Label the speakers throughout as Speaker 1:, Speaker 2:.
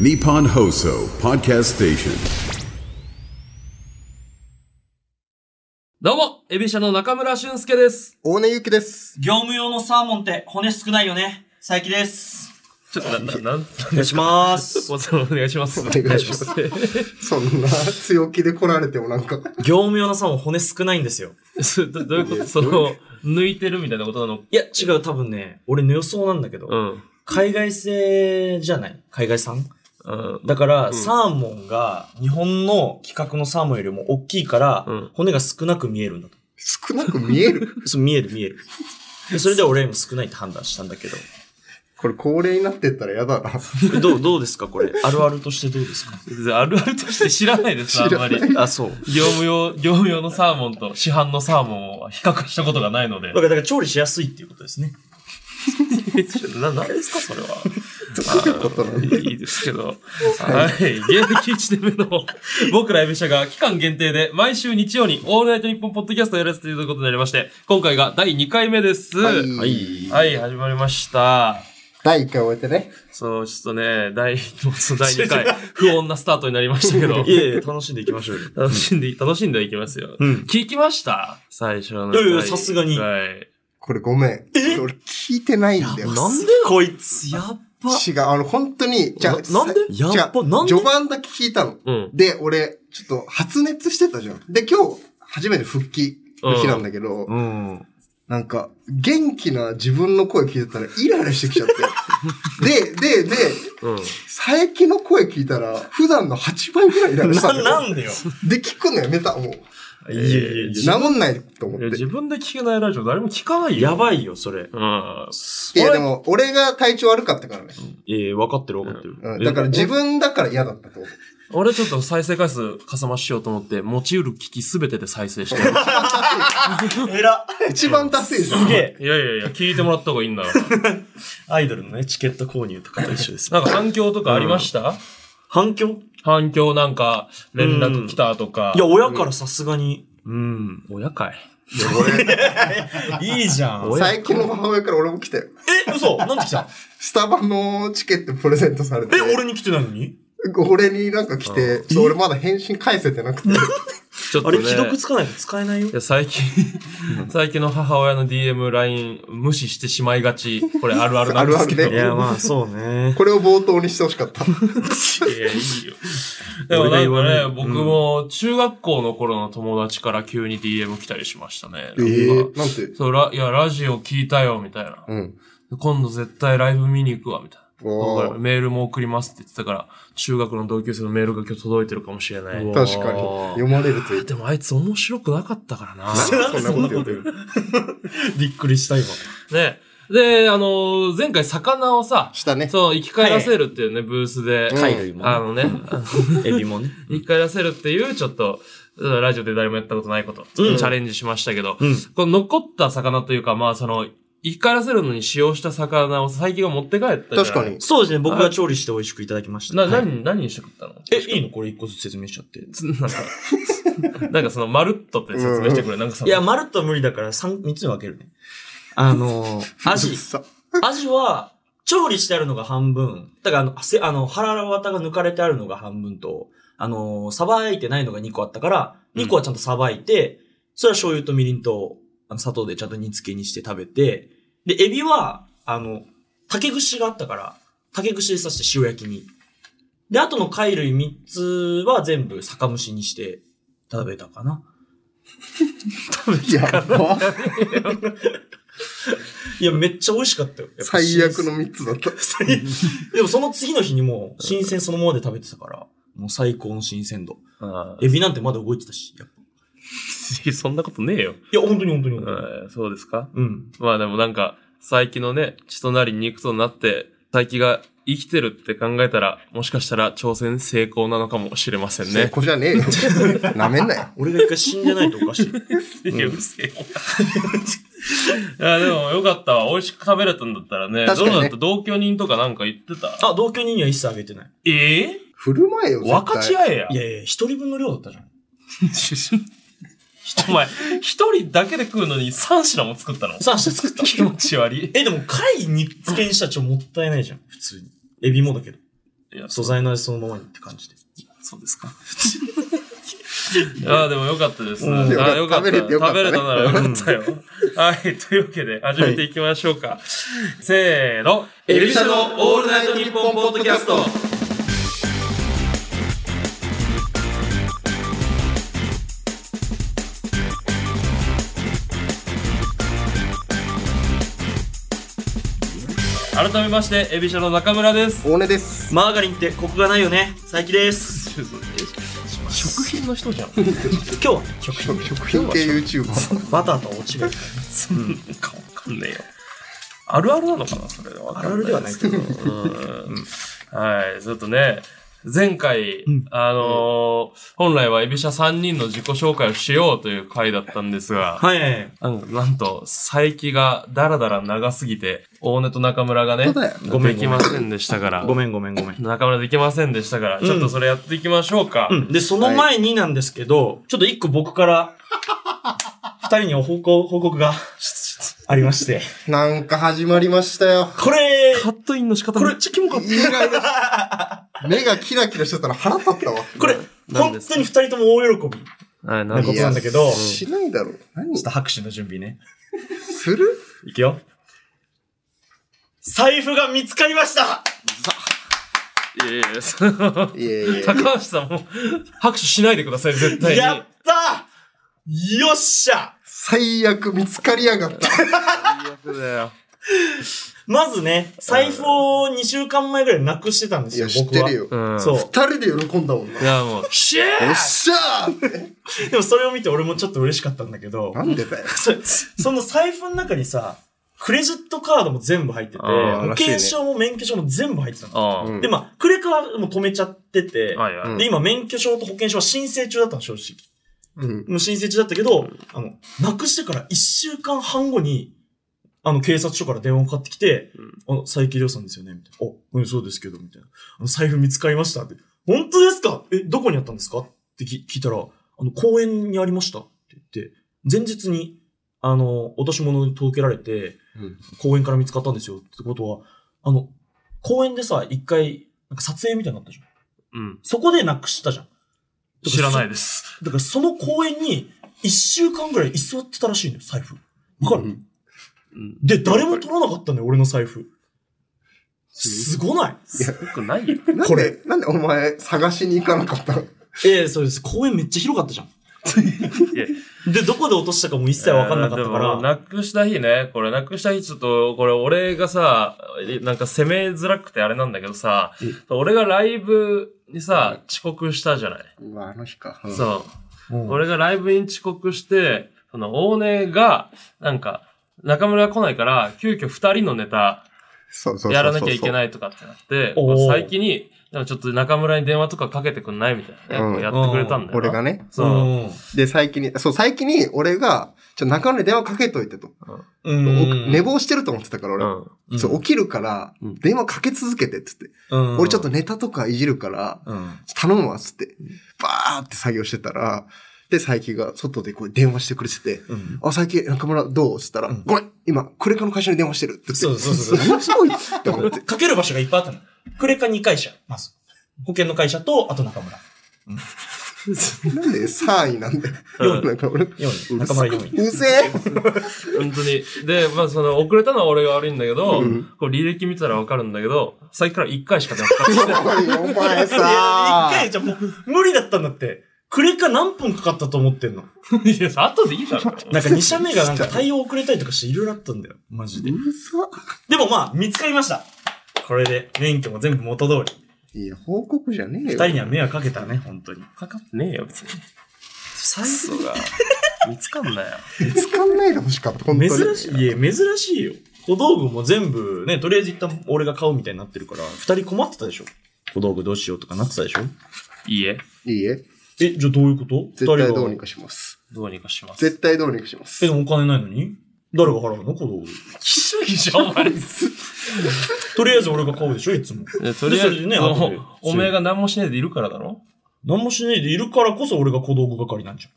Speaker 1: Nippon Hoso Podcast Station.
Speaker 2: どうも、エビシャの中村俊介です。
Speaker 3: 大根ゆきです。
Speaker 4: 業務用のサーモンって骨少ないよね。佐伯です。
Speaker 2: ちょっと、な、 な、なん、
Speaker 4: お願いします。
Speaker 2: お願いします。お
Speaker 3: 願いします。そんな強気で来られてもなんか、
Speaker 4: 業務用のサーモン骨少ないんですよ。
Speaker 2: どどういうことその、抜いてるみたいなことなの
Speaker 4: いや、違う、多分ね、 俺の予想なんだけど、
Speaker 2: うん。
Speaker 4: 海外製じゃない海外産
Speaker 2: うん。
Speaker 4: だから、サーモンが日本の規格のサーモンよりも大きいから、
Speaker 2: うん
Speaker 4: 骨が少なく見えるんだと。
Speaker 3: 少なく見える。
Speaker 4: そう、見える見える。でそれで俺も少ないって判断したんだけど。
Speaker 3: これ恒例になってったらやだな。
Speaker 4: どう、どうですかこれ。あるあるとしてどうですか
Speaker 2: あるあるとして知らないです、あんまり。
Speaker 4: あ、そう。
Speaker 2: 業務用、業務用のサーモンと市販のサーモンを比較したことがないので
Speaker 4: だか。ら、だから調理しやすいっていうことですね。
Speaker 2: な、なんですか、それは。
Speaker 3: ことなんで
Speaker 2: いいですけど。はい。現役1年目の僕らエビシャが期間限定で毎週日曜にオールナイトニッポンポッドキャストをやらせていただくことになりまして、今回が第2回目です。
Speaker 3: はい
Speaker 2: はい、始まりました。
Speaker 3: 第1回終えてね。
Speaker 2: そう、ちょっとね、第、その第2回、不穏なスタートになりましたけど
Speaker 4: い。やいや、楽しんでいきましょうよ。
Speaker 2: 楽しんで、楽しんではいきますよ。
Speaker 4: うん
Speaker 2: 聞きました最初の。
Speaker 4: いやいやさすがに
Speaker 2: はい。
Speaker 3: これごめん。俺聞いてないんだよ。
Speaker 4: なんでこいつ、やっば。
Speaker 3: 違う、あの、本当に、じゃあ
Speaker 4: ななんで
Speaker 3: さ
Speaker 4: やっぱ
Speaker 3: 違う
Speaker 4: なんで
Speaker 3: 序盤だけ聞いたの。
Speaker 2: うん
Speaker 3: で、俺、ちょっと発熱してたじゃん。で、今日、初めて復帰の日なんだけど、
Speaker 4: うん。
Speaker 3: なんか、元気な自分の声聞いてたらイライラしてきちゃ って。で、で、で、
Speaker 2: うん。
Speaker 3: 佐伯の声聞いたら、普段の8倍ぐらいイライラした
Speaker 4: な、
Speaker 3: んだよ
Speaker 4: なんでよ。
Speaker 3: で、聞くのやめた、もう。
Speaker 4: いやいやいや。
Speaker 3: 治んないと思っ
Speaker 2: いや
Speaker 3: て。
Speaker 2: 自分で聞けないラジオ誰も聞かないよ。
Speaker 4: やばいよ、それ。
Speaker 2: うん。
Speaker 3: いや、でも、俺が体調悪かったからね。
Speaker 4: ええ、分かってる分かってる。
Speaker 3: うん、だから自分だから嫌だったと思う。
Speaker 2: 俺ちょっと再生回数かさ増ししようと思って、持ちうる機器すべてで再生してる。
Speaker 4: えら
Speaker 3: 一番ダセえじゃん。
Speaker 4: すげえ。
Speaker 2: いやいやいや、聞いてもらった方がいいんだから。
Speaker 4: アイドルのね、チケット購入とかと一緒で す。
Speaker 2: なんか反響とかありました、
Speaker 4: 反響
Speaker 2: 反響なんか、連絡来たとか。
Speaker 4: いや、親からさすがに。うん。
Speaker 2: 親かい。
Speaker 4: いいじゃん。
Speaker 3: 最近の母親から俺も来たよ。
Speaker 4: え、嘘なんて来た
Speaker 3: スタバのチケットプレゼントされて。
Speaker 4: え、俺に来てないのに
Speaker 3: 俺になんか来て、そう俺まだ返信返せて なくて。
Speaker 2: ちょっと
Speaker 4: あ
Speaker 2: ね。
Speaker 4: れ、既読つかないと使えないよ
Speaker 2: い。や、最近、 最近の母親の DM、LINE、無視してしまいがち。これあるあるなんですけど。
Speaker 3: あ
Speaker 4: い
Speaker 3: るあるね
Speaker 4: や、まあ、そう ね。
Speaker 3: これを冒頭にしてほしかった。
Speaker 2: いや、いいよ。でもなんかね、僕も中学校の頃の友達から急に DM 来たりしましたね。なんか
Speaker 3: なんて。
Speaker 2: そう、ラ、いや、ラジオ聞いたよ、みたいな。
Speaker 3: うん。
Speaker 2: 今度絶対ライブ見に行くわ、みたいな。
Speaker 3: おー
Speaker 2: だからメールも送りますって言ってたから、中学の同級生のメールが今日届いてるかもしれない。
Speaker 4: うわ
Speaker 3: 確かに。読まれる といい。
Speaker 2: でもあいつ面白くなかったからな。
Speaker 3: なんでそんなこと言ってる
Speaker 4: びっくりした、今。
Speaker 2: ね。で、あのー前回魚をさ、
Speaker 3: したね。
Speaker 2: そう、生き返らせるっていうね、ブースで。
Speaker 4: 貝類もね
Speaker 2: あのね、 あの
Speaker 4: エビもね。
Speaker 2: 生き返らせるっていう、ちょっと、ラジオで誰もやったことないこと、ちょっとチャレンジしましたけど、
Speaker 4: うん
Speaker 2: この残った魚というか、まあその、生き返らせるのに使用した魚を最近が持って帰ったじゃん
Speaker 3: 確かに。。
Speaker 4: そうですね、僕が調理して美味しくいただきました。
Speaker 2: な、
Speaker 4: はい
Speaker 2: 何、何にして食ったの
Speaker 4: え、いいのこれ一個ずつ説明しちゃって。い
Speaker 2: つなんか、なんかその、まるっとって説明してくれ。なんかその、
Speaker 4: や、まるっとは無理だから三三つに分けるね。あのー、アジ。
Speaker 3: さ
Speaker 4: アジは、調理してあるのが半分。だからあの、せあの、腹わたが抜かれてあるのが半分と、あのー、さばいてないのが2個あったから、2個はちゃんとさばいて、それは醤油とみりんと、あの、砂糖でちゃんと煮付けにして食べて、で、エビは、あの、竹串があったから、竹串で刺して塩焼きに。で、あとの貝類3つは全部酒蒸しにして食べたかな。
Speaker 3: やば。
Speaker 4: いや、めっちゃ美味しかったよ。やっぱ
Speaker 3: 最悪の3つだった。
Speaker 4: でもその次の日にもう新鮮そのままで食べてたから、もう最高の新鮮度。
Speaker 2: あ
Speaker 4: エビなんてまだ動いてたし、やっぱ
Speaker 2: ーそんなことねえよ。
Speaker 4: いや、本当に本当に本当に。
Speaker 2: うんそうですか
Speaker 4: うん。
Speaker 2: まあでもなんか、佐伯のね、血となり肉となって、佐伯が生きてるって考えたら、もしかしたら挑戦成功なのかもしれません
Speaker 3: 成
Speaker 2: ね。
Speaker 3: 功じゃねえよ。なめんなよ。
Speaker 4: 俺が一回死んでないとおか しい。
Speaker 2: いや、うるせえよいや、でもよかったわ。美味しく食べれたんだったらね。
Speaker 3: 確かにね
Speaker 2: どうだった同居人とかなんか言ってた
Speaker 4: あ、同居人には一切あげてない。
Speaker 2: ええ
Speaker 3: 振る舞えよ、絶対。
Speaker 2: 分かち合えや。
Speaker 4: いやいや、一人分の量だったじゃん。
Speaker 2: お前、一人だけで食うのに三品も作ったの
Speaker 4: さあ、明日作った。
Speaker 2: 気持ち悪い。
Speaker 4: え、でも貝につけにしたらちょっともったいないじゃん。普通に。エビもだけど。
Speaker 2: いや、
Speaker 4: 素材の味そのままにって感じで。
Speaker 2: そうです か。いやーでもよかったです。
Speaker 4: うん
Speaker 2: あーよかった。
Speaker 3: 食べれてよかったね
Speaker 2: 食べれたならよかったよ。はい。というわけで、始めていきましょうか。せーの。
Speaker 3: エビシャのオールナイトニッポンポッドキャスト
Speaker 2: 改めまして、エビシャの中村です。
Speaker 3: 大根です。
Speaker 4: マーガリンってコクがないよね。佐伯です。
Speaker 2: 食品の人じゃん。
Speaker 4: 今日はね、食品で
Speaker 3: 食品系 YouTuber。
Speaker 4: バターと落ちがいい。
Speaker 2: そんなんかわかんねえよ。あるあるなのかなそれは。
Speaker 4: あるあるではないけど
Speaker 2: うんはい。ちょっとね、前回、
Speaker 4: ん
Speaker 2: あのー本来はエビシャ3人の自己紹介をしようという回だったんですが、
Speaker 4: はい。
Speaker 2: なんなんと、佐伯がダラダラ長すぎて、大根と中村がね
Speaker 3: そうだよ、
Speaker 2: ごめんできませんでしたから、
Speaker 4: ごめんごめんごめん。
Speaker 2: 中村できませんでしたから、ちょっとそれやっていきましょうか。
Speaker 4: うん。で、その前になんですけど、ちょっと一個僕から、二人にお報告報告がありまして。
Speaker 3: なんか始まりましたよ。
Speaker 4: これ、
Speaker 2: カットインの仕方
Speaker 4: これ
Speaker 2: めっちゃキモかった。
Speaker 3: 意外でした。目がキラキラしてたら腹立ったわ。
Speaker 4: これ、
Speaker 2: 何
Speaker 4: 本
Speaker 2: ですか
Speaker 4: 当に二人とも大喜び。ち
Speaker 2: はい、なん
Speaker 4: こ
Speaker 2: か
Speaker 4: となんだけど
Speaker 3: いやしないだろう。何
Speaker 4: ょっと拍手の準備ね。
Speaker 3: する
Speaker 4: いくよ。財布が見つかりました
Speaker 2: いやいやその
Speaker 3: いやい や。
Speaker 2: 高橋さんも拍手しないでください、絶対に。
Speaker 4: やったーよっしゃ
Speaker 3: 最悪見つかりやがった。
Speaker 2: そうだよ
Speaker 4: まずね、財布を2週間前ぐらいなくしてたんで
Speaker 3: い
Speaker 4: すよ、
Speaker 3: や、知っ
Speaker 4: 僕は。
Speaker 3: てるよ。
Speaker 2: うん。。
Speaker 4: そうう。
Speaker 3: 二人で喜んだもんな。
Speaker 2: い
Speaker 3: よ
Speaker 2: や、もう、シェ
Speaker 3: っしゃー
Speaker 4: でもそれを見て俺もちょっと嬉しかったんだけど、
Speaker 3: なんでだよ。
Speaker 4: そその財布の中にさ、クレジットカードも全部入ってて、
Speaker 2: あー
Speaker 4: 保
Speaker 3: らしいね
Speaker 4: 険証も免許証も全部入ってたの。
Speaker 2: あ
Speaker 3: うん
Speaker 2: ー
Speaker 4: で、まあ、クレカはもう止めちゃってて、
Speaker 2: はいはい
Speaker 3: うん
Speaker 4: で、今、免許証と保険証は申請中だったの、正直。
Speaker 3: うん。
Speaker 4: もう申請中だったけど、あの、なくしてから1週間半後に、あの、警察署から電話がかかってきて、あの、佐伯亮さんですよねみたいな。あ、うん、そうですけど、みたいな。あの、財布見つかりましたって。本当ですかえ、どこにあったんですかってき聞いたら、あの、公園にありましたって言って、前日に、あの、落とし物に届けられて、
Speaker 3: うん
Speaker 4: 公園から見つかったんですよってことは、あの、公園でさ、一回、なんか撮影みたいになったじゃん。
Speaker 2: うん。
Speaker 4: そこでなくしたじゃん。
Speaker 2: 知らない
Speaker 4: で
Speaker 2: です。
Speaker 4: だからその公園に一週間ぐらい居座ってたらしいのよ、財布。わかる、
Speaker 3: うん
Speaker 2: うん。
Speaker 4: で、誰も取らなかったのよ、俺の財布。すごない
Speaker 2: すごくないよ。
Speaker 3: なん
Speaker 4: こ
Speaker 3: で
Speaker 4: れ、
Speaker 3: なんでお前探しに行かなかったの
Speaker 4: ええそうです。公園めっちゃ広かったじゃ
Speaker 2: や
Speaker 4: ん。 で、どこで落としたかも一切わかんなかっ
Speaker 2: え
Speaker 4: たか
Speaker 2: ーでも
Speaker 4: ら。
Speaker 2: なくした日ね、これなくした日ちょっと、これ俺がさ、なんか攻めづらくてあれなんだけどさ、俺がライブにさ、遅刻したじゃない。
Speaker 3: うわ、あの日か。うん
Speaker 2: そう。
Speaker 4: うん
Speaker 2: 俺がライブに遅刻して、その、大根が、なんか、中村が来ないから、急遽二人のネタ
Speaker 3: そうそうそうそう。
Speaker 2: やらなきゃいけ
Speaker 3: い。
Speaker 2: ないとかってなって、
Speaker 4: おー
Speaker 2: まあ最近に、でもちょっと中村に電話とかかけてくんないみたいなね、
Speaker 3: うん
Speaker 2: こうやってくれたんだよな。
Speaker 3: 俺がね。
Speaker 4: う
Speaker 2: そう。
Speaker 3: で、最近に、そう、最近に俺が、ちょ、中野に電話かけといてと。
Speaker 4: うん。
Speaker 3: お寝
Speaker 4: ぼ、
Speaker 3: 坊してると思ってたから、
Speaker 2: う
Speaker 3: 俺。
Speaker 2: ん。
Speaker 4: うん
Speaker 3: そう、起きるから、
Speaker 2: うん
Speaker 3: 電話かけ続けてってって。
Speaker 4: うん
Speaker 3: 俺ちょっと、ネタとかいじるから、
Speaker 4: うん。
Speaker 3: 頼むわ、つって。バーって作業してたら、で、佐伯が外でこう電話してくれてて、
Speaker 4: うん。
Speaker 3: あ、佐伯、中村どうつったら、
Speaker 4: うん
Speaker 3: ごめん今、クレカの会社に電話してるって言って。
Speaker 4: そうそうそうそう
Speaker 3: 何こいつって思って。
Speaker 4: かける場所がいっぱいあったの。クレカ2会社、まず。保険の会社と、あと中村。
Speaker 3: なんで3位なんだよ。
Speaker 2: うん
Speaker 3: なんか俺、
Speaker 4: 4位。中村4位。
Speaker 3: うぜ え
Speaker 2: 本当に。で、まあその、遅れたのは俺が悪いんだけど、
Speaker 3: うん
Speaker 2: こう履歴見たらわかるんだけど、最近から1回しか出なかった。
Speaker 3: おいお前
Speaker 4: いや
Speaker 3: さ
Speaker 4: 一回じゃもう、無理だったんだって。クレカ何分かかったと思ってんの
Speaker 2: いや、後でいいだろ。
Speaker 4: なんか2社目がなんか対応遅れたりとかしていろいろあったんだよ。マジで。
Speaker 3: うざ
Speaker 4: でもまあ、見つかりました。これで、免許も全部元通り。
Speaker 3: いや、報告じゃねえ
Speaker 4: 二
Speaker 3: よ。
Speaker 4: 人には迷惑かけたね、本当に。
Speaker 2: かかってねえよ、別に。最後が、見つかんなよ。
Speaker 3: 見つかんないでほしかった、本当に。
Speaker 4: 珍しい。いや、珍しいよ。小道具も全部ね、とりあえず一旦俺が買うみたいになってるから、二人困ってたでしょ。小道具どうしようとかなってたでしょ。
Speaker 2: いいえ、
Speaker 3: いいえ。
Speaker 4: え、じゃあどういうこと
Speaker 3: 絶対
Speaker 4: 二
Speaker 3: どう
Speaker 4: 人
Speaker 3: に
Speaker 4: が。
Speaker 3: かします。
Speaker 2: どうにかし ます。
Speaker 3: 絶対どうにかします。
Speaker 4: え、お金ないのに誰が払うの小道具。
Speaker 2: きしょきしょ、お前。
Speaker 4: とりあえず俺が買うでしょ、いつも。
Speaker 2: でとりあえ
Speaker 4: そ
Speaker 2: ず
Speaker 4: れでね
Speaker 2: その
Speaker 4: 後で
Speaker 2: おめえが何もしないでいるからだろ
Speaker 4: 何もしないでいるからこそ俺が小道具係なんじゃ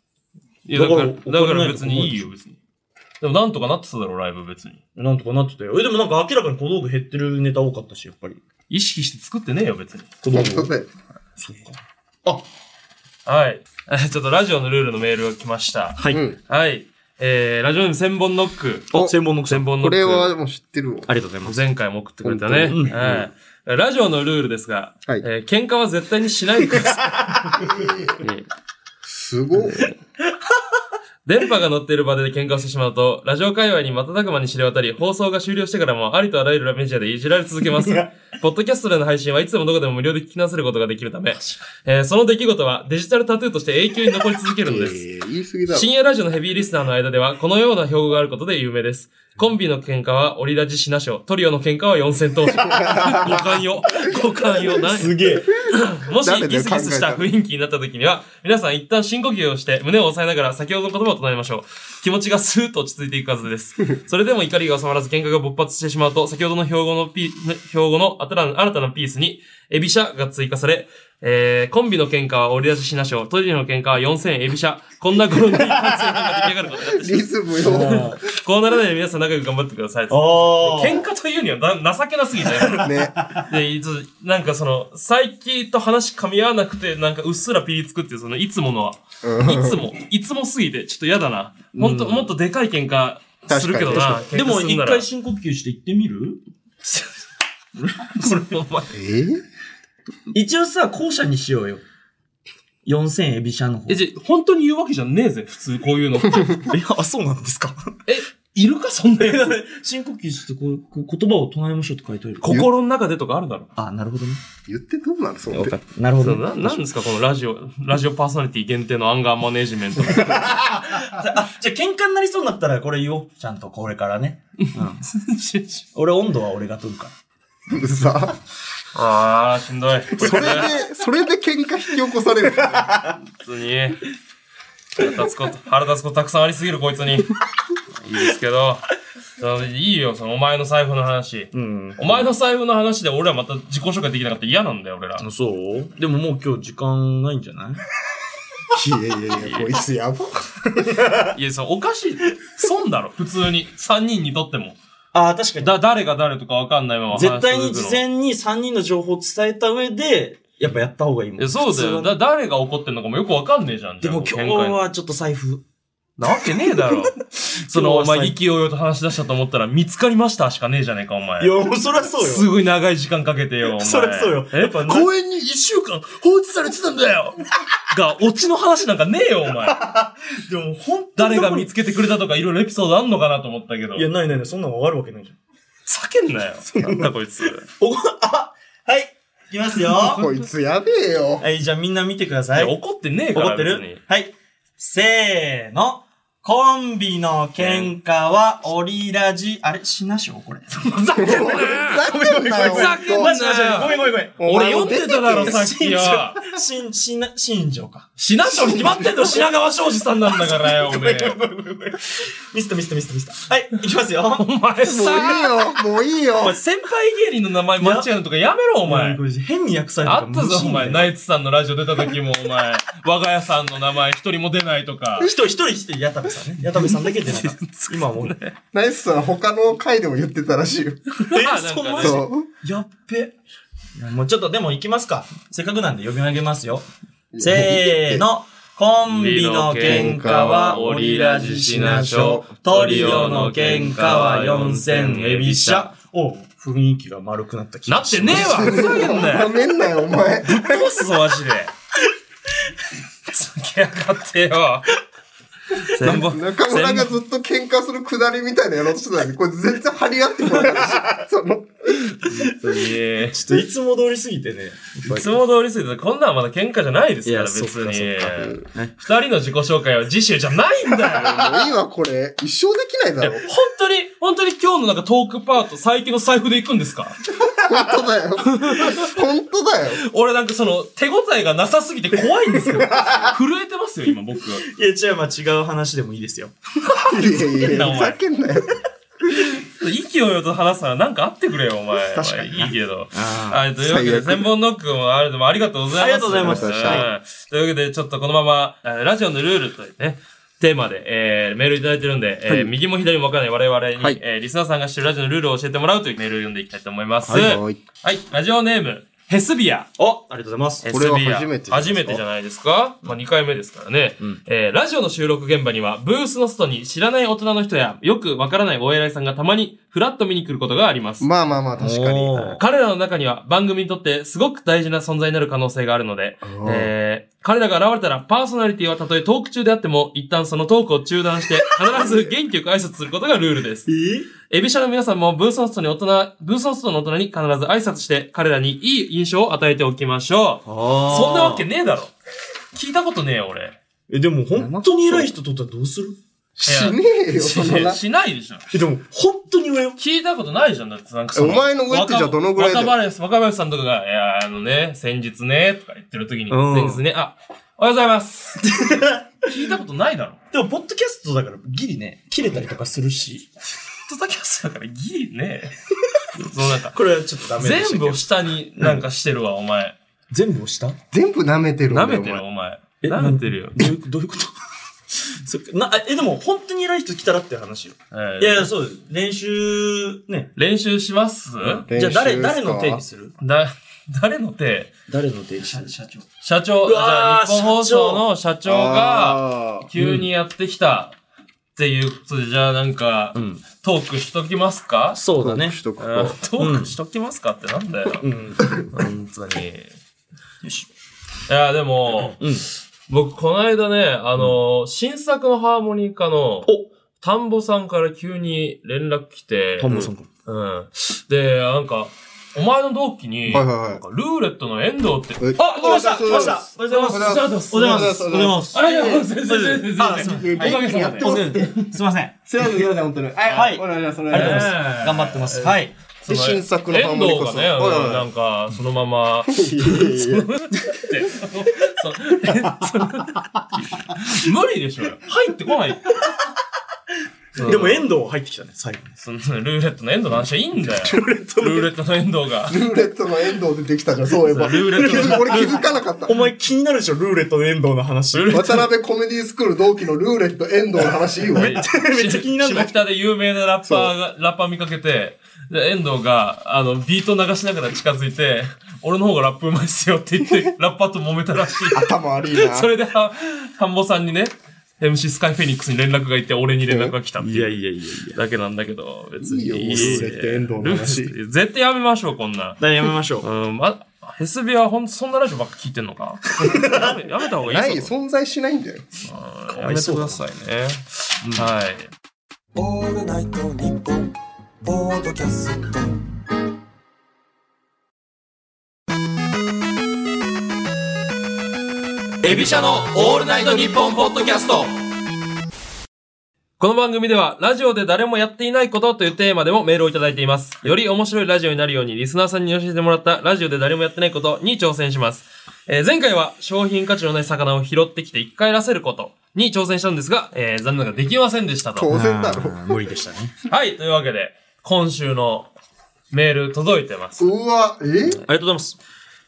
Speaker 2: いや、だから、
Speaker 4: だ
Speaker 2: だ
Speaker 4: から
Speaker 2: から別にいいよ、別に。でもなんとかなってただろ、ライブ別に。
Speaker 4: ん。なんとかなってたよ。え、でもなんか明らかに小道具減ってるネタ多かったし、やっぱり。
Speaker 2: 意識して作ってねえよ、別に。
Speaker 5: 子供
Speaker 3: な
Speaker 5: を
Speaker 3: るほどね
Speaker 5: そっか。
Speaker 2: はい。 えちょっとラジオのルールのメールが来ました。
Speaker 4: はい。
Speaker 3: うん
Speaker 2: はい。えー、ラジオネーム千本ノック。
Speaker 4: お、千本の
Speaker 2: 千本ノック。
Speaker 3: これはもう知ってるわ。
Speaker 4: ありがとうございます。
Speaker 2: 前回も送ってくれたね。
Speaker 4: 本当に
Speaker 2: はい。ラジオのルールですが、
Speaker 3: はい
Speaker 2: えー喧嘩は絶対にしないでくだ さい。
Speaker 3: すごい。
Speaker 2: 電波が乗っている場で喧嘩をしてしまうと、ラジオ界隈に瞬く間に知れ渡り、放送が終了してからもありとあらゆるメディアでいじられ続けます。ポッドキャストでの配信はいつでもどこでも無料で聞き直せることができるため、えーその出来事はデジタルタトゥーとして永久に残り続けるのです。
Speaker 3: えー言い過ぎだろ。
Speaker 2: 深夜ラジオのヘビーリスナーの間では、このような標語があることで有名です。コンビの喧嘩はオリラジシナショ、トリオの喧嘩は四千頭身。ご寛容。ご寛容。な
Speaker 5: すげえ。
Speaker 2: もし
Speaker 3: 誰だよ
Speaker 2: ギスギスした雰囲気になった時には、皆さん一旦深呼吸をして、胸を押さえながら先ほどの言葉を唱えましょう。気持ちがスーッと落ち着いていくはずです。それでも怒りが収まらず喧嘩が勃発してしまうと、先ほどの標語のピ、標語の新た新たなピースに、エビシャが追加され、えー、コンビの喧嘩は折り出ししなしょう、トイレの喧嘩は4000エビシャ、こんな頃に完成版が出来上がることになってしま
Speaker 3: リズムよ。
Speaker 2: う。こうならないように皆さん仲良く頑張ってください。
Speaker 4: あ
Speaker 2: 喧嘩というにはな情けなすぎて。
Speaker 3: ね。
Speaker 2: で、いつ、なんかその、最近と話噛み合わなくて、なんかうっすらピリつくっていう、その、いつものは、いつも、いつもすぎて、ちょっと嫌だな。ほんと、もっとでかい喧嘩するけどな。
Speaker 4: でも一
Speaker 2: 喧嘩
Speaker 4: 回深呼吸して行ってみる
Speaker 2: すんならこれ、お前、
Speaker 3: えー
Speaker 4: 一応さ、後者にしようよ。4000エビシャの方
Speaker 2: え、。じゃ、本当に言うわけじゃねえぜ、普通 こういうの。
Speaker 4: え、あ、そうなんですか
Speaker 2: え、いるか、そんなやつ。
Speaker 4: 深呼吸してこう、こう言葉を唱えましょうって書いてある。
Speaker 2: 心の中でとかあるだろ。
Speaker 4: あ、なるほどね。
Speaker 3: 言ってどうなのそれ
Speaker 4: わかった。なるほ
Speaker 2: そ
Speaker 4: ど
Speaker 2: う
Speaker 4: ね。
Speaker 2: な、なんですか、このラジオ、ラジオパーソナリティ限定のアンガーマネジメント。
Speaker 4: あ、じゃあ喧嘩になりそうになったらこれ言おう。ちゃんとこれからね。俺温度は俺が取るから。
Speaker 3: うざ。
Speaker 2: あー、しん どい。こいつ
Speaker 3: それで、それで喧嘩引き起こされる。
Speaker 2: 普通に。腹立つこと、腹立つことたくさんありすぎる、こいつに。いいですけど。そのいいよ、そのお前の財布の話。
Speaker 4: うん。
Speaker 2: お前の財布の話で俺らまた自己紹介できなかったら嫌なんだよ、俺ら。
Speaker 4: そうでももう今日時間ないんじゃない
Speaker 3: いやいやいや、こいつやば。
Speaker 2: いや、そのおかしい。損だろ、普通に。三人にとっても。
Speaker 4: ああ、確かに。
Speaker 2: だ、誰が誰とかわかんないまま話
Speaker 4: 絶対に
Speaker 2: 続
Speaker 4: 事
Speaker 2: くの
Speaker 4: 前に3人の情報を伝えた上で、やっぱやった方がいいも
Speaker 2: い
Speaker 4: ん。
Speaker 2: やそうだよ。
Speaker 4: 普通は
Speaker 2: だ、誰が怒ってんのかもよくわかんねえじゃん。
Speaker 4: でも
Speaker 2: じゃあ
Speaker 4: 今
Speaker 2: 展
Speaker 4: 日。
Speaker 2: 開
Speaker 4: はちょっと財布。
Speaker 2: なわけねえだ ろ。その、
Speaker 4: 今
Speaker 2: お
Speaker 4: 日は最
Speaker 2: 前、意気揚々と話し出したと思ったら、見つかりましたしかねえじゃねえか、お前。
Speaker 4: いや、もうそりゃそう
Speaker 2: す
Speaker 4: よ。
Speaker 2: ごい長い時間かけてよ、お 前。
Speaker 4: そりゃそうよ。
Speaker 2: え
Speaker 4: やっぱな、
Speaker 2: 公園に一週間放置されてたんだよ が、オチの話なんかねえよ、お前。
Speaker 4: でもほんと
Speaker 2: 誰が見つけてくれたとかいろいろエピソードあんのかなと思ったけど。
Speaker 4: いや、ないないない、そんなのわかるわけないじゃ
Speaker 2: 叫
Speaker 4: ん。
Speaker 2: んなよ。なんだこ いつ。
Speaker 4: おご、あ、はい、いき ますよ。は
Speaker 3: こいつやべえよ。
Speaker 4: い、じゃあみんな見てくだ
Speaker 2: い
Speaker 4: さ
Speaker 2: や
Speaker 4: い。
Speaker 2: 怒ってねえから。
Speaker 4: 怒って
Speaker 2: 別に
Speaker 4: るはい。せーの。コンビの喧嘩は、オリラジ、あれ、しなしょこ れ。
Speaker 2: ふざけんなよ
Speaker 3: ふざけんなよ。
Speaker 2: ふざけんな
Speaker 4: マジマジマジごめんごめんごめん。
Speaker 2: 俺
Speaker 3: お前
Speaker 2: 読んでただろ、さっき
Speaker 4: 新
Speaker 2: は。
Speaker 4: 庄、新、新な、新庄か。
Speaker 2: 品庄に決まってんの品川庄司さんなんだからよ、おめえ。
Speaker 4: ミスったミスったミスったミスった。はい、いきますよ。
Speaker 2: お前
Speaker 3: もういい
Speaker 2: さ、
Speaker 3: よ、もういい
Speaker 2: お
Speaker 3: よ
Speaker 2: 前。先輩芸人の名前間違えるのとかやめろ、お前。
Speaker 4: 変に訳され
Speaker 2: あったぞ、お前。ナ
Speaker 4: い。
Speaker 2: イツさんのラジオ出た時も、お 前。我が家さんの名前一人も出ないとか。
Speaker 4: 一人一人一人、矢田部さんね。矢田部さんだけ出なかった。今もう。え、
Speaker 3: ナイスさん、他の回でも言ってたらしいよ。
Speaker 4: そう
Speaker 2: なんかね
Speaker 4: マジ
Speaker 3: そう。
Speaker 4: やっべ。いやもうちょっとでも行きますか。せっかくなんで呼び上げますよ。せーの。コンビの喧嘩はオリラジシナショ。トリオの喧嘩は四千エビシャ。お、雰囲気が丸くなった気
Speaker 2: な
Speaker 4: が
Speaker 2: ってねえわふざけんな
Speaker 3: な
Speaker 2: よ
Speaker 3: めんなよ、お前。
Speaker 2: どうすぞ、マジで。つけやがってよ。千本、
Speaker 3: 中村がずっと喧嘩するくだりみたいなやろうとしてたのに、これ全然張り合ってこないし。その、
Speaker 2: い
Speaker 4: ちょっといつも通りすぎてね。
Speaker 2: つも通りすぎて、こんなんはまだ喧嘩じゃないですから、
Speaker 4: いや
Speaker 2: 別
Speaker 4: そっか
Speaker 2: に
Speaker 4: そ。
Speaker 2: 二人の自己紹介は次週じゃないん だよ。
Speaker 3: もういいわ、これ。一生できないだ
Speaker 2: 本
Speaker 3: ろ。
Speaker 2: 当に、本当に今日のなんかトークパート、最近の財布で行くんですか
Speaker 3: 本当だよ。本当だよ。
Speaker 2: 俺なんかその、手応えがなさすぎて怖いん ですけど。震えてますよ、今僕。
Speaker 4: いや、違う、まあ違う話でもいいですよ。
Speaker 3: いやいや、
Speaker 2: ふ
Speaker 3: ふ
Speaker 2: ざ
Speaker 3: ざけんなよ。
Speaker 2: 息をよと話すならなんかあってくれよ、お前。
Speaker 3: 確かに
Speaker 2: まあいいけど。
Speaker 4: あ
Speaker 2: はい、というわけで、
Speaker 3: 最
Speaker 2: 千
Speaker 3: 悪
Speaker 2: 本ノックもあれでもありがとうございます。
Speaker 4: ありがとうございました
Speaker 2: んというわけで、ちょっとこのまま、えーラジオのルールというね、テーマで、えー、メールいただいてるんで、えー
Speaker 3: はい
Speaker 2: 右も左もわからない我々に、
Speaker 3: はい
Speaker 2: えーリスナーさんが知ってるラジオのルールを教えてもらうというメールを読んでいきたいと思います。
Speaker 3: は
Speaker 2: はいい、
Speaker 3: はい。
Speaker 2: ラジオネーム、ヘスビア。
Speaker 4: おありがとうございます。
Speaker 3: これは初めてじゃないですか
Speaker 2: 初めてじゃないですかまあ、2回目ですからね。
Speaker 4: うん
Speaker 2: えーラジオの収録現場には、ブースの外に知らない大人の人や、よくわからないお偉いさんがたまに、フラッと見に来ることがあります。
Speaker 3: まあまあまあ、確かに。
Speaker 4: おー
Speaker 2: 彼らの中には番組にとってすごく大事な存在になる可能性があるので、
Speaker 3: おー
Speaker 2: えー彼らが現れたらパーソナリティはたとえトーク中であっても、一旦そのトークを中断 して、必ず元気よく挨拶することがルールです。エビシャの皆さんもブースの外に大人、ブースの外の大人に必ず挨拶して、彼らにいい印象を与えておきましょう。
Speaker 4: あ
Speaker 2: そんなわけ
Speaker 4: ね。
Speaker 2: ねえだろ。聞いたことねえよ、俺。
Speaker 4: え、でも本当に偉い人とったらどうする
Speaker 3: しねえよ、そんな。
Speaker 2: しないでしょ。
Speaker 4: え、でも本当に上を。
Speaker 2: 聞いたことないじゃん、だってなんかその
Speaker 3: お前の上ってじゃあどのぐらいだ
Speaker 2: 若
Speaker 3: よ
Speaker 2: 若林若林さんとかが、いや、あのね、先日ね、とか言ってる時に、
Speaker 4: うん
Speaker 2: 先日ね、あ、おはようございます。聞いたことないだろ。
Speaker 4: でも、ポッドキャストだからギリね、切れたりとかするし。
Speaker 2: トタキャスだからギリ ね。そのなんか、
Speaker 4: これはちょっとダメでしたけ
Speaker 2: 全部
Speaker 4: ど
Speaker 2: を下になんかしてるわ、お前。
Speaker 4: 全部をした
Speaker 3: 全部舐めてるんだ
Speaker 2: 舐
Speaker 3: よ。
Speaker 2: めてる、
Speaker 3: お
Speaker 2: お前。
Speaker 4: え
Speaker 2: 舐めてるよ。
Speaker 4: どういうどういうこと そっかなえ、でも本当に偉い人来たらっていう話よ。
Speaker 2: えー
Speaker 4: いやいや、そうです。練習、ね。
Speaker 2: 練習します
Speaker 3: 練
Speaker 4: じゃ
Speaker 3: 習
Speaker 4: あ誰、
Speaker 3: っすか
Speaker 4: 誰の手にする
Speaker 2: だ、 誰の手
Speaker 4: 誰の手にする社長。
Speaker 2: 社長、
Speaker 4: う
Speaker 2: じ
Speaker 4: わー
Speaker 2: ゃあ日本放送の社長が、
Speaker 3: あー
Speaker 2: 急にやってきたっていうことで、じゃあなんか、
Speaker 4: ん
Speaker 2: トークしときますか
Speaker 4: そうだ
Speaker 3: トー
Speaker 4: ね
Speaker 3: ク。しとく
Speaker 2: う
Speaker 3: と
Speaker 2: んトークしときますかってなんだよ。
Speaker 4: うん。
Speaker 2: 本当に。い
Speaker 4: よし。
Speaker 2: や、でも、
Speaker 4: うん。
Speaker 2: 僕、この間ね、あの、新作のハーモニカの、田んぼさんから急に連絡来て、
Speaker 4: 田んぼさんから
Speaker 2: うん。で、なんか、お前の同期に、
Speaker 3: はいはいはい
Speaker 2: なんかルーレットの遠藤って、
Speaker 3: え
Speaker 4: あ、来ました来ましたおはようございます
Speaker 2: おはようございます
Speaker 4: おはようござい
Speaker 3: お
Speaker 4: ますおは
Speaker 3: は
Speaker 4: よう
Speaker 3: ようご
Speaker 4: ござ
Speaker 3: ざい
Speaker 4: い
Speaker 2: あれ、先生、先生、先
Speaker 3: ますす
Speaker 4: まあすいま
Speaker 2: 生、おかげさまで。
Speaker 3: お
Speaker 4: せすいません。
Speaker 3: すいません、すいません、本当に。
Speaker 4: は
Speaker 3: はいお願いします、お
Speaker 4: あり
Speaker 3: 願い
Speaker 4: が
Speaker 3: し
Speaker 4: とうご
Speaker 3: ます
Speaker 4: ざい。ます。頑張ってます。はい。
Speaker 3: で、新作のハー
Speaker 2: 遠
Speaker 3: モニ
Speaker 2: 藤
Speaker 3: カ
Speaker 2: が
Speaker 3: さん。
Speaker 2: ね、
Speaker 3: はいはいはい
Speaker 2: なんか、そのまま、
Speaker 3: いやいやいや
Speaker 2: って、そそ 無理でしょうよ。入ってこない。
Speaker 4: でも遠藤入ってきたね、最後に。
Speaker 2: そのルーレットのエンドの話はいいんだよ。ルーレットのエンドが。
Speaker 3: ルーレットの遠藤でできたじゃん、そういえば。
Speaker 2: ルーレットの
Speaker 3: 気づ俺気づかなかった
Speaker 4: お。前気になるでしょ、ルーレットの遠藤の話。
Speaker 2: ルーレッ
Speaker 3: 渡辺コメディスクール同期のルーレット遠藤の話いいわ。
Speaker 2: めっ
Speaker 4: めっちゃ気になるね
Speaker 2: 下北で有名なラッパーが、ラッパー見かけて、で、遠藤が、あの、ビート流しながら近づいて、俺の方がラップうまいっすよって言って、ラッパーと揉めたらしい。
Speaker 3: 頭悪いな。
Speaker 2: それで、は田んぼさんにね、MC スカイフェニックスに連絡がいて、俺に連絡が来たっていう。
Speaker 4: いやいやいや。
Speaker 2: だけなんだけど、別に。
Speaker 3: いいよもうルーレット遠藤の話
Speaker 2: ルーレット 絶対やめましょう、こんなん。
Speaker 4: だやめましょう。
Speaker 2: うん、ま、ヘスビはほんとそんなラジオばっか聞いてんのかやめやめた方がいいぞ
Speaker 3: ない、存在しないんだよ。
Speaker 2: うんやめてくださいね。はい。
Speaker 5: オールナイトニッポンポッドキャスト
Speaker 2: エビシャのオールナイトニッポンポッドキャストこの番組では、ラジオで誰もやっていないことというテーマでもメールをいただいています。より面白いラジオになるように、リスナーさんに教えてもらった、ラジオで誰もやってないことに挑戦します。えー前回は、商品価値のない魚を拾ってきて一回らせることに挑戦したんですが、えー残念ながらできませんでしたと。
Speaker 3: 当然だろ。
Speaker 4: 無理でしたね。
Speaker 2: はい、というわけで、今週のメール届いてます。
Speaker 3: うわ、え
Speaker 4: ありがとうございます。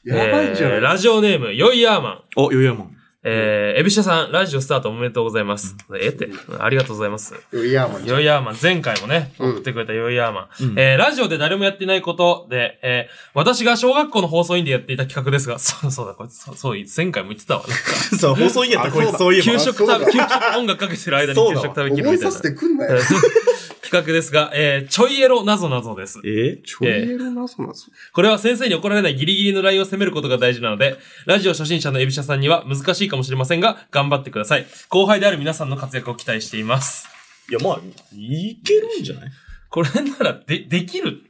Speaker 3: やばいんじゃ
Speaker 2: えー
Speaker 3: ない
Speaker 2: ラジオネーム、ヨイヤーマン。
Speaker 4: お、よやもん。
Speaker 2: えー、エビシャさん、ラジオスタートおめでとうございます。えって、ありがとうございます。
Speaker 3: いや、まあ、
Speaker 2: ヨイヤーマン、前回もね、
Speaker 3: うん
Speaker 2: 送ってくれたヨイヤーマン。えー、ラジオで誰もやってないことで、えー、私が小学校の放送委員でやっていた企画ですが、 そうそうだ、こいつ、そう、そう、前回も言ってた わ。
Speaker 4: そう、放送委員やった、
Speaker 3: あ
Speaker 4: こい
Speaker 3: そう
Speaker 4: つ、
Speaker 3: だ
Speaker 4: そういえ
Speaker 2: 給
Speaker 4: ば。
Speaker 2: 食食
Speaker 3: そうだ
Speaker 2: べ、給食、音楽かけてる間に
Speaker 4: そう
Speaker 2: 給
Speaker 4: だ
Speaker 2: 食
Speaker 4: わ
Speaker 2: 食べきる
Speaker 3: 覚
Speaker 2: み
Speaker 3: え
Speaker 2: たい
Speaker 3: さ
Speaker 2: な
Speaker 3: せ。てくんな
Speaker 2: えー
Speaker 3: よ。
Speaker 2: そう 企画ですが、えー、ちょいエロなぞなぞです。
Speaker 4: え
Speaker 3: ちょいエロな、そなそ。
Speaker 2: これは先生に怒られないギリギリのラインを攻めることが大事なので、ラジオ初心者のエビシャさんには難しいかもしれませんが、頑張ってください。後輩である皆さんの活躍を期待しています。
Speaker 4: いや、まあ、いけるんじゃない
Speaker 2: これならで、できる。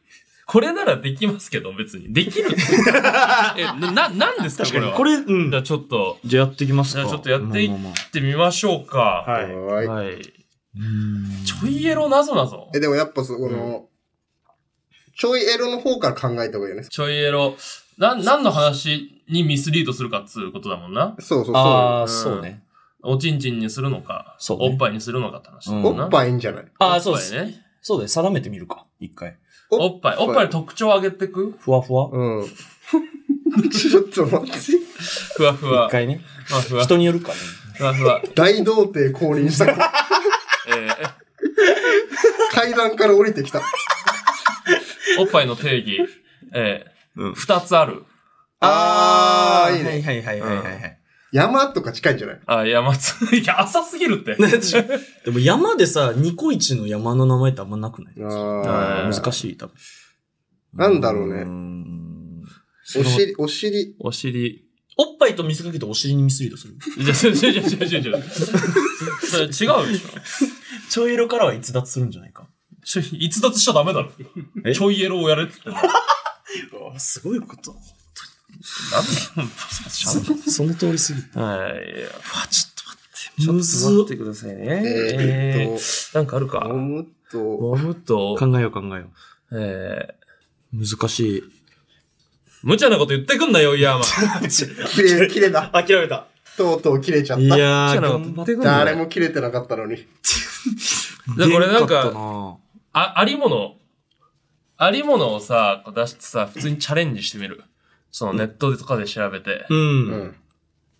Speaker 2: これならできますけど、別に。できる。え、な、な、なんですかこれは。
Speaker 4: これ、う
Speaker 2: じゃ
Speaker 4: ん。
Speaker 2: あちょっと、
Speaker 4: じゃあやっていきます
Speaker 2: じゃ
Speaker 4: か。
Speaker 2: あちょっとやってい
Speaker 4: まあまあまあ
Speaker 2: ってみましょうか。
Speaker 4: はい
Speaker 3: はい。
Speaker 2: はい。ちょいエロなぞなぞ。
Speaker 3: え、でもやっぱそこの、ちょいエロの方から考えた方がいいよね。
Speaker 2: ちょいエロ。な、何の話にミスリードするかっつうことだもんな。
Speaker 3: そうそう
Speaker 4: あ
Speaker 3: そ
Speaker 4: あ、そうね。
Speaker 2: おちんちんにするのか、
Speaker 4: そうね
Speaker 2: おっぱいにするのかって話だ
Speaker 4: う
Speaker 2: も
Speaker 4: ん
Speaker 2: ん
Speaker 3: う。
Speaker 2: な。
Speaker 3: おっぱいいいんじゃない
Speaker 4: ああ、そうです
Speaker 2: おっぱい
Speaker 4: ね。
Speaker 2: ね。
Speaker 4: そうです。定めてみるか。一回。
Speaker 2: おっぱい。おっぱいの特徴を上げてく
Speaker 4: ふわふわ。
Speaker 3: うん。ちょっと待って。
Speaker 2: ふわふわ。
Speaker 4: 一
Speaker 2: ま
Speaker 4: 回ね。
Speaker 2: あふわ。
Speaker 4: 人によるかね。
Speaker 2: ふわふわ。
Speaker 3: 大童貞降臨した
Speaker 2: えー、
Speaker 3: 階段から降りてきた。
Speaker 2: おっぱいの定義、え
Speaker 4: う
Speaker 2: ー、
Speaker 4: ん
Speaker 2: 二つある。
Speaker 3: あーいいね
Speaker 4: はいはいはいはいはいはい。
Speaker 3: 山とか近いんじゃない
Speaker 2: あ、山津。 いや、浅すぎるって。
Speaker 4: でも山でさ、ニコイチの山の名前ってあんまなくない
Speaker 3: あ
Speaker 2: ー
Speaker 4: 難しい、多分。
Speaker 3: なんだろうね
Speaker 4: ね。
Speaker 3: ーお尻、お尻。
Speaker 2: お尻。
Speaker 4: おっぱいと見せかけてお尻にミスリードする。
Speaker 2: じゃ、じゃ、じゃ、じゃ、じゃ、じゃ。それ違うでしょ。
Speaker 4: ちょい色からは逸脱するんじゃないか。
Speaker 2: ちょ、逸脱しちゃダメだろ。ちょいエロをやれって言ってんの。
Speaker 4: すごいこと。
Speaker 2: なんで、
Speaker 4: そその通りすぎる。
Speaker 2: はい。わ、ち
Speaker 4: ちょっと
Speaker 2: むず
Speaker 4: 待って
Speaker 2: くださいね
Speaker 3: えーっ
Speaker 2: なんかあるか
Speaker 3: と、。もっと、
Speaker 2: もむと、
Speaker 4: 考えよう考えよ
Speaker 2: えー、
Speaker 4: う。難しい。
Speaker 2: 無茶なこと言ってくんなよ、イヤーマン。
Speaker 3: 切れ、切れだ。
Speaker 4: 諦めた。
Speaker 3: とうとう切れちゃっ
Speaker 4: い
Speaker 3: た。
Speaker 4: や
Speaker 2: 無茶
Speaker 4: ー、
Speaker 2: なこと
Speaker 4: 頑張
Speaker 2: 言っ
Speaker 4: っ
Speaker 2: てくんな
Speaker 3: 誰
Speaker 2: よ。
Speaker 3: も切れてなかったのに。
Speaker 2: だからこれなんか
Speaker 4: 出んか
Speaker 2: あ、ありもの、ありものをさ、こう出してさ、普通にチャレンジしてみる。そのネットとかで調べて
Speaker 4: った、な
Speaker 3: う
Speaker 4: うん。
Speaker 3: ん。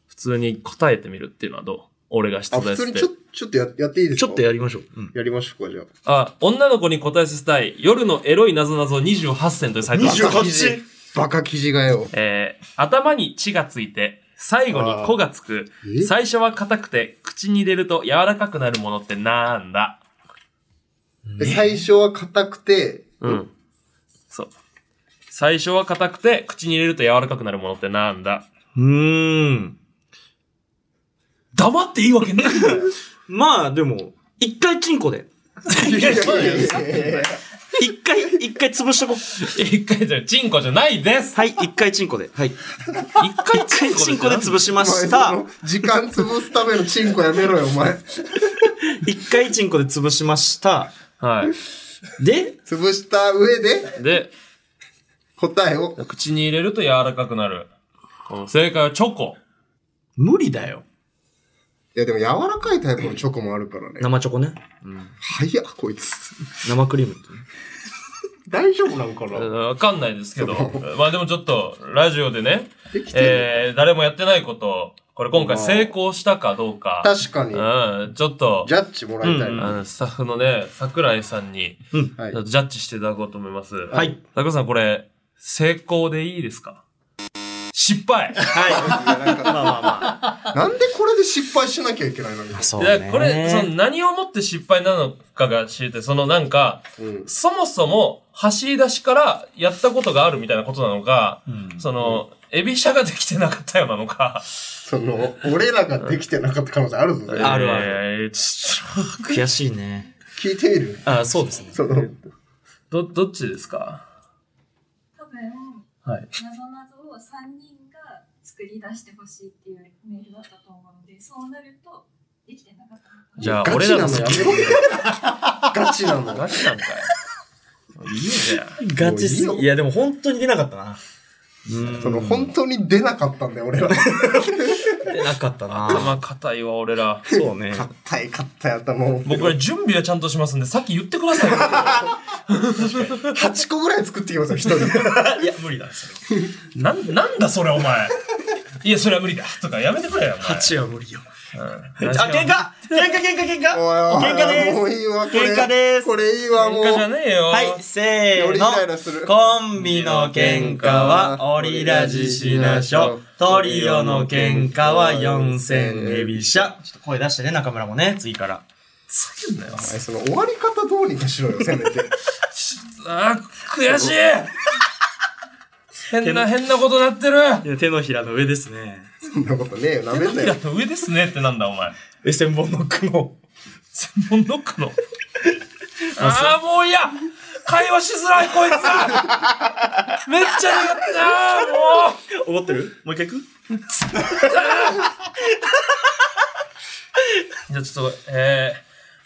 Speaker 2: 普通に答えてみるっていうのはどう俺が出
Speaker 3: あ、
Speaker 2: 題
Speaker 3: 普通
Speaker 2: し
Speaker 3: に
Speaker 2: て
Speaker 3: ちょ。、ちょっとややっていいです
Speaker 4: ち
Speaker 3: か
Speaker 4: ょっとやりましょう。うん。
Speaker 3: やりましょうか、じゃあ。
Speaker 2: あ、女の子に答えさせたい、夜のエロい謎謎28選というサイトがある
Speaker 4: 28
Speaker 3: バカ記事バカ記事がよ。
Speaker 2: えー、頭に血がついて、最後に子がつく
Speaker 3: あーえ。
Speaker 2: 最初は硬くて、口に入れると柔らかくなるものってなんだ
Speaker 3: で最初は硬くて、
Speaker 2: うん。そう。最初は硬くて、口に入れると柔らかくなるものってなんだ
Speaker 4: うーん。
Speaker 2: 黙っていいわけねえんだよ。
Speaker 4: まあ、でも、一回チンコで。
Speaker 3: いやいやいやいや
Speaker 4: 一回、一回潰しとこう。
Speaker 2: 一回じゃ、チンコじゃないです。
Speaker 4: はい、一回チンコで。はい。
Speaker 2: 一回
Speaker 4: 一回チンコで潰
Speaker 2: し。
Speaker 4: しまし
Speaker 3: お前
Speaker 4: た。
Speaker 3: その時間潰すためのチンコやめろよ、お前。
Speaker 4: 一回チンコで潰しました。
Speaker 2: は
Speaker 4: で、
Speaker 3: 潰した上で
Speaker 2: い。で、
Speaker 3: 答えを。
Speaker 2: 口に入れると柔らかくなる。この正解はチョコ。
Speaker 4: 無理だよ。
Speaker 3: いや、でも柔らかいタイプのチョコもあるからね。
Speaker 4: 生チョコね。
Speaker 3: 早っ、こいつ。
Speaker 4: 生クリームとね。。
Speaker 3: 大丈夫なんか
Speaker 2: うん
Speaker 3: な
Speaker 2: わかんないですけど。まあでもちょっと、ラジオでね、
Speaker 3: できてる、
Speaker 2: えー、誰もやってないこと、これ今回成功したかどうか。
Speaker 3: 確かに。
Speaker 2: うん、ちょっと
Speaker 3: ジ、ャッジもらいた
Speaker 2: あ
Speaker 3: いな。
Speaker 2: の、スタッフのね、桜井さんに、
Speaker 3: はい
Speaker 2: ちょっとジャッジしていただこうと思います。はい桜井さん、これ、成功でいいですか失敗
Speaker 4: はい
Speaker 3: やなん
Speaker 4: い。ま
Speaker 3: か
Speaker 4: あまあまあ。
Speaker 3: なんでこれで失敗しなきゃいけないのに。
Speaker 4: そ
Speaker 2: いや、これ、その何をもって失敗なのかが知りたい。そのなんか、
Speaker 3: うん
Speaker 2: そもそも走り出しからやったことがあるみたいなことなのか、その、エビシャができてなかったようなのか。
Speaker 3: その、俺らができてなかった可能性あるぞ、ね、
Speaker 4: あるある
Speaker 2: る。えーちょっ
Speaker 4: 悔しいね。
Speaker 3: 聞いている。
Speaker 4: あそうですね。
Speaker 3: その、
Speaker 2: とど、どっちですか
Speaker 6: 多分
Speaker 2: はい。
Speaker 6: なぞなぞを3人が作り出してほしいっていうメールだったと思うのでそうなるとできてなかったのかな
Speaker 2: じゃあ、
Speaker 3: ガ
Speaker 2: 俺
Speaker 3: チ
Speaker 2: ら
Speaker 3: な
Speaker 2: の
Speaker 3: のやめ
Speaker 2: 先
Speaker 3: ろよ。ガチなの。
Speaker 2: ガチなんかい。いいじゃん。
Speaker 4: ガチす
Speaker 3: もういいよ
Speaker 4: ぎ。いや、でも本当に出なかったな。
Speaker 3: その、本当に出なかったんだよ、俺ら。
Speaker 4: 出なかったな。
Speaker 2: 頭硬いわ、俺ら。
Speaker 4: そうね。
Speaker 3: 硬い硬い頭を。
Speaker 2: 僕ら準備はちゃんとしますんで、さっき言ってくだ さいよ。
Speaker 3: 8個ぐらい作ってきますよ、一人。
Speaker 2: いや、無理だ、それ。なん、なんだ、それ、お前。いや、それは無理だ。とか、やめてくれよ、お前。
Speaker 4: 8は無理よ。
Speaker 2: うん
Speaker 4: あ、喧嘩喧嘩喧嘩喧嘩
Speaker 3: おいおい
Speaker 4: 喧嘩で
Speaker 3: もう
Speaker 4: ー
Speaker 3: いいわ、これ。
Speaker 4: 喧嘩でーす
Speaker 3: これいいわ、もう。
Speaker 2: 喧嘩じゃねえよ。
Speaker 4: す。はい、せ
Speaker 3: 俺
Speaker 4: ー
Speaker 3: イ
Speaker 4: の
Speaker 3: ライラする。
Speaker 4: コンビの喧嘩はオリラジシナショ。トリオの喧嘩は四千エビシャ。ちょっと声出してね、中村もね、次から。
Speaker 2: 叫んなよ、お前
Speaker 3: お前その終わり方どうにかしろよ、せめて。
Speaker 2: あー、悔しい変な、変なことなってる
Speaker 4: 手のひらの上ですね。
Speaker 3: そんなことねえよ、なめんな
Speaker 2: だ
Speaker 3: よ
Speaker 2: っ。て上ですねってなんだ、お前。
Speaker 4: え、千本ノックの。
Speaker 2: 専門ノック の。ああ、もういいや会話しづらい、こいつめっちゃ苦手ああ、もう
Speaker 4: 思ってるもう一回行く
Speaker 2: じゃあちょっと、え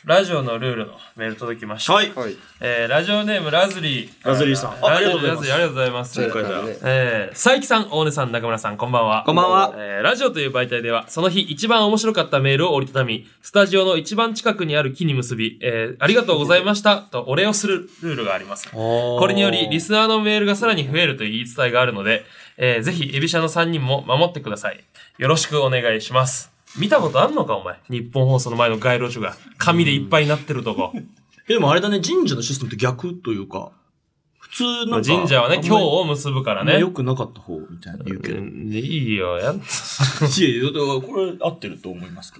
Speaker 2: ー、ラジオのルールのメール届きました。
Speaker 4: はい。
Speaker 3: はい。
Speaker 2: えー、ラジオネームラズリー。
Speaker 4: ラズリーさん
Speaker 2: あ
Speaker 4: あ
Speaker 2: ラ
Speaker 4: あ
Speaker 2: ズ
Speaker 4: り
Speaker 2: リー
Speaker 4: がとうござい
Speaker 2: ラ
Speaker 4: ま
Speaker 2: ズ
Speaker 4: す
Speaker 2: リーありがとうございます。
Speaker 4: 今回だ。
Speaker 2: えー、佐伯さん、大根さん、中村さん、こんばんは。
Speaker 4: こんばんは
Speaker 2: えー、ラジオという媒体では、その日一番面白かったメールを折りたたみ、スタジオの一番近くにある木に結び、えー、ありがとうございました、とお礼をするルールがあります。こ
Speaker 4: こ
Speaker 2: れにより、リスナーのメールがさらに増えるという言い伝えがあるので、えー、ぜひ、エビシャの3人も守ってください。よろしくお願いします。見たことあんのか、お前。日本放送の前の街路樹が、紙でいっぱいになってるとこ。
Speaker 4: でもあれだね、神社のシステムと逆というか、普通
Speaker 2: ま
Speaker 4: な
Speaker 2: あ
Speaker 4: んか。
Speaker 2: 神社はね、今日を結ぶからね。
Speaker 4: よくなかった方みたいな言うけど。い
Speaker 2: うんいいよ、やん。
Speaker 4: やいや、だからこれ合ってると思いますか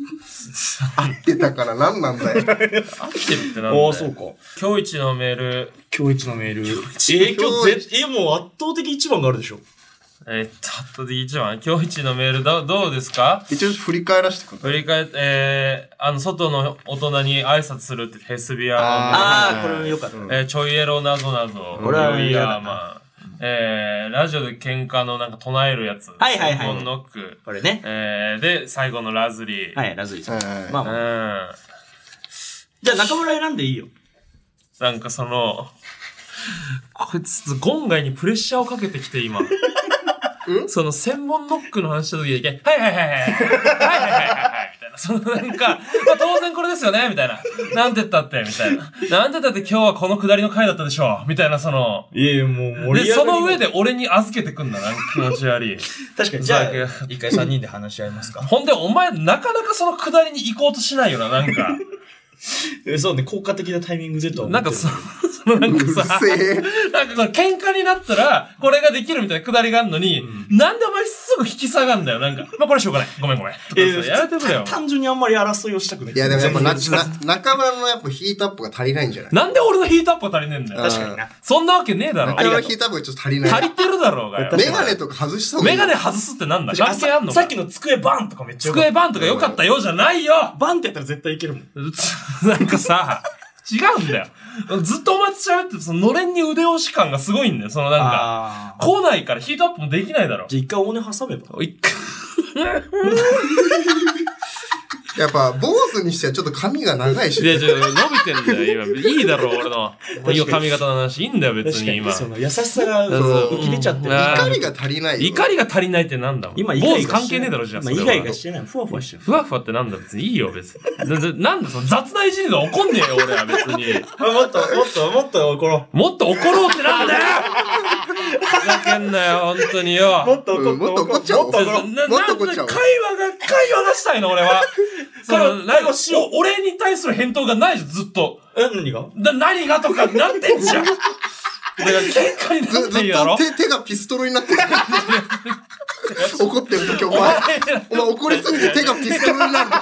Speaker 3: 出たから何なんだよ。
Speaker 2: 合ってるってなんだ
Speaker 4: あ
Speaker 2: よ
Speaker 4: あ、そうか。
Speaker 2: 今日一のメール、
Speaker 4: 今日一のメール。え、今日絶、え、もう圧倒的一番があるでしょ。
Speaker 2: えーっと、あとで一番、今日一のメールど、どうですか
Speaker 3: 一応振り返らせてく
Speaker 2: 振
Speaker 3: れ。
Speaker 2: り返って、えー、あの、外の大人に挨拶するって、ヘスビア、
Speaker 4: ああ、これもよかった。
Speaker 2: えー、ちょいエロなぞなぞ、
Speaker 4: これは
Speaker 2: ロイ
Speaker 4: 嫌
Speaker 2: ヤ
Speaker 4: だ
Speaker 2: ーマン、えー、ラジオで喧嘩のなんか唱えるやつ、
Speaker 4: はいはいはい
Speaker 2: コンノック、
Speaker 4: これね。
Speaker 2: えー、で、最後のラズリー。
Speaker 4: はい、ラズリーさん。
Speaker 3: はい
Speaker 4: まあまあ、
Speaker 2: うん。
Speaker 4: じゃあ中村選んでいいよ。
Speaker 2: なんかその、こいつ、ゴンガイにプレッシャーをかけてきて、今。その、専門ノックの話した時だけ、はいはいはいはい、はいはいはいはいはい、みたいな。そのなんか、まあ当然これですよね、みたいな。なんてったって、みたいな。なんてったって今日はこの下りの回だったでしょう、みたいな、その。
Speaker 4: いやいや、もう
Speaker 2: で、その上
Speaker 4: で。
Speaker 2: で俺に預けてくんだな、気持ち悪い。
Speaker 4: 確かに、じゃあ
Speaker 2: ふざけやがっ、
Speaker 4: 一回三人で話し合いますか。
Speaker 2: ほんで、お前、なかなかその下りに行こうとしないよな、なんか。
Speaker 4: えそうね、効果的なタイミングでとは思
Speaker 2: な
Speaker 4: っ
Speaker 2: ん
Speaker 4: て
Speaker 2: か
Speaker 4: る
Speaker 2: そ、そのなんかさ、
Speaker 3: うる せ
Speaker 2: なんかその喧嘩になったら、これができるみたいなくだりがあるのに、なんでお前すぐ引き下がんだよ、なんか。まあこれはしょうがない。ごめんごめん。
Speaker 4: え
Speaker 2: とかさやめてくれよ。
Speaker 4: 単純にあんまり争いをしたくない。
Speaker 3: いやでもやっぱな、
Speaker 4: 全
Speaker 3: な
Speaker 4: 然
Speaker 3: 中村のやっぱヒートアップが足りないんじゃない
Speaker 2: なんで俺のヒートアップが足りねえんだよ。
Speaker 4: 確かにな。
Speaker 2: そんなわけねえだろ。
Speaker 3: 中村のヒートアップがちょっと足りな
Speaker 2: 足り。
Speaker 3: い
Speaker 2: てるだろうがよ。
Speaker 3: メガネとか外した方がい
Speaker 2: メ
Speaker 3: い。
Speaker 2: ガネ外すってなんだ関係あんの
Speaker 4: さ
Speaker 2: か
Speaker 4: っきの机バンとかめっちゃよかっ
Speaker 2: 机バンとか良かったよじゃないよ
Speaker 4: た。バンってやったら絶対いけるもん。
Speaker 2: うつなんかさ、違うんだよ。ずっとお前と喋ってて、そののれんに腕押し感がすごいんだよ。そのなんか、
Speaker 4: ああ。
Speaker 2: 来ないからヒートアップもできないだろ。
Speaker 4: じゃあ一回大根挟めば。
Speaker 2: 一回
Speaker 3: やっぱ、坊主にしてはちょっと髪が長いし
Speaker 2: い。や、ちょ、伸びてんだよ、今。いいだろ、俺の。いいよ、髪型の話。いいんだよ、別
Speaker 4: 確か
Speaker 2: に、今
Speaker 4: に、。その優しさが
Speaker 2: そう
Speaker 4: 浮き出ちゃって
Speaker 2: うん
Speaker 4: る。
Speaker 3: 怒りが足りないよ。
Speaker 2: 怒りが足りないってなんだもん。
Speaker 4: 今、イ
Speaker 2: 坊
Speaker 4: ライ
Speaker 2: 主
Speaker 4: ラしてな
Speaker 2: 関係
Speaker 4: い
Speaker 2: ねえだろ、じゃあ。
Speaker 4: 今、
Speaker 2: そ
Speaker 4: イ
Speaker 2: れ
Speaker 4: ラ
Speaker 2: は
Speaker 4: イラしてない。ふわふわしてる。
Speaker 2: ふわふわってなんだ、別にいいよ、別に。なななんだ、その雑ないじりで怒んねえよ、俺は、別 に。
Speaker 4: もっと、もっと、もっと怒ろ
Speaker 2: もっと怒ろうってなんだよふざけんなよ、本当によ。
Speaker 4: っと
Speaker 3: うんもっと怒っちゃおう。
Speaker 2: ちょな
Speaker 3: もっと怒っち
Speaker 2: な
Speaker 3: ゃ
Speaker 2: んで。
Speaker 3: おう
Speaker 2: 会話が、会話がしたいの、俺は。その、ライブしよう。お俺に対する返答がないじゃん、ずっと。
Speaker 4: え、何が
Speaker 2: な、何がとかなってんじ ゃん。だから、喧嘩にな
Speaker 3: ず
Speaker 2: っ
Speaker 3: ず
Speaker 2: てる
Speaker 3: っ
Speaker 2: だろ
Speaker 3: と。手手がピストルになってる。 怒ってる時お前、 お前怒りすぎて手がピストルに なるの。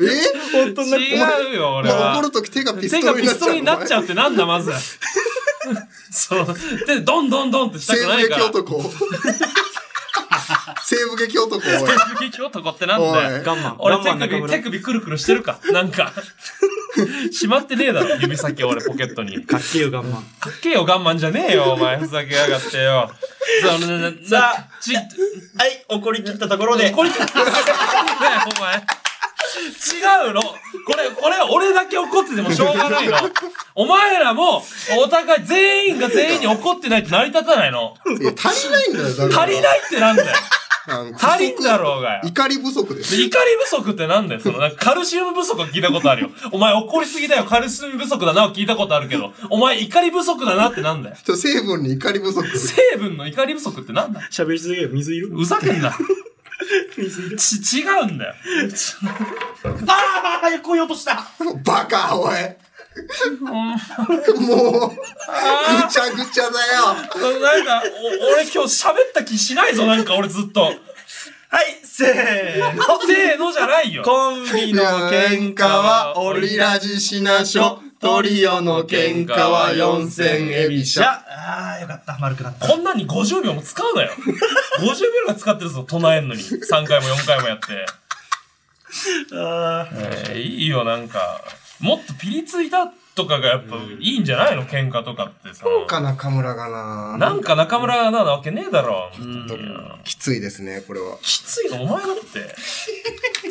Speaker 3: え
Speaker 4: 本当になって
Speaker 2: 違うよ、俺は
Speaker 3: 怒。る時手がピ
Speaker 2: 手
Speaker 3: スト
Speaker 2: が
Speaker 3: ル
Speaker 2: ピ
Speaker 3: になっ
Speaker 2: ス
Speaker 3: ち
Speaker 2: ト
Speaker 3: ゃう
Speaker 2: ルになっちゃ
Speaker 3: う。
Speaker 2: うってなんだ、まず。そう。で、どんどんどんってした
Speaker 3: 西
Speaker 2: く
Speaker 3: 部
Speaker 2: ないか
Speaker 3: 劇
Speaker 2: ら。
Speaker 3: 男。 西部劇男、おい。
Speaker 2: 西部劇男ってなんだ
Speaker 3: お
Speaker 2: よ。
Speaker 3: い
Speaker 4: 我慢。
Speaker 2: 俺
Speaker 4: 我慢
Speaker 2: 手
Speaker 4: 中
Speaker 2: 首、
Speaker 4: 村
Speaker 2: 手。首くるくるしてるか。なんか。しまってねえだろ、指先俺ポケットに。か
Speaker 4: かっけえよ、我慢。
Speaker 2: っけえよ、我慢じゃねえよ、お前。ふざけやがってよ。そうななな
Speaker 4: さあ
Speaker 2: ち、
Speaker 4: はい、怒り切ったところで。
Speaker 2: これ、ねえお前。違うの。これ、これ、俺だけ怒っててもしょうがないの。お前らも、お互い、全員が全員に怒ってないと成り立たないの。
Speaker 3: いや足りないんだよ、だから
Speaker 2: 足りないってなんだよ。
Speaker 3: あの
Speaker 2: 足りんだろうがよ。
Speaker 3: 怒り不足です
Speaker 2: 怒り不足ってなんだよ、その、なんかカルシウム不足は聞いたことあるよ。お前怒りすぎだよ、カルシウム不足だなは聞いたことあるけど、お前怒り不足だなってなんだよ。
Speaker 3: ちょ成分に怒り不足。
Speaker 2: 成分の怒り不足ってなんだよ
Speaker 4: 喋りすぎる。水いる
Speaker 2: ふざけんな。
Speaker 4: 水いる。
Speaker 2: ち、違うんだよ。
Speaker 4: ああ、来ようとした。
Speaker 3: バカ、おい。 もう、ぐちゃぐちゃだよ。
Speaker 2: なんか、お俺今日喋った気しないぞ、なんか俺ずっと。
Speaker 4: はい、せーの。
Speaker 2: せーのじゃないよ。
Speaker 4: コンビの喧嘩はオリラ。
Speaker 3: ラジシナショ、トリオの喧嘩は四千エビシ
Speaker 4: じ
Speaker 3: ャ。
Speaker 4: ゃあ、あーよかった。丸くなった。
Speaker 2: こんなんに50秒も使うなよ。50秒ぐらい使ってるぞ、唱えんのに。3回も4回もやって。
Speaker 4: あー
Speaker 2: えーいいよ、なんか。もっとピリついたとかがやっぱいいんじゃないの喧嘩とかってさ。
Speaker 3: か中村がな
Speaker 2: なんか中村ななわけねえだろ。
Speaker 3: きついですね、これは。
Speaker 2: きついのお前だって。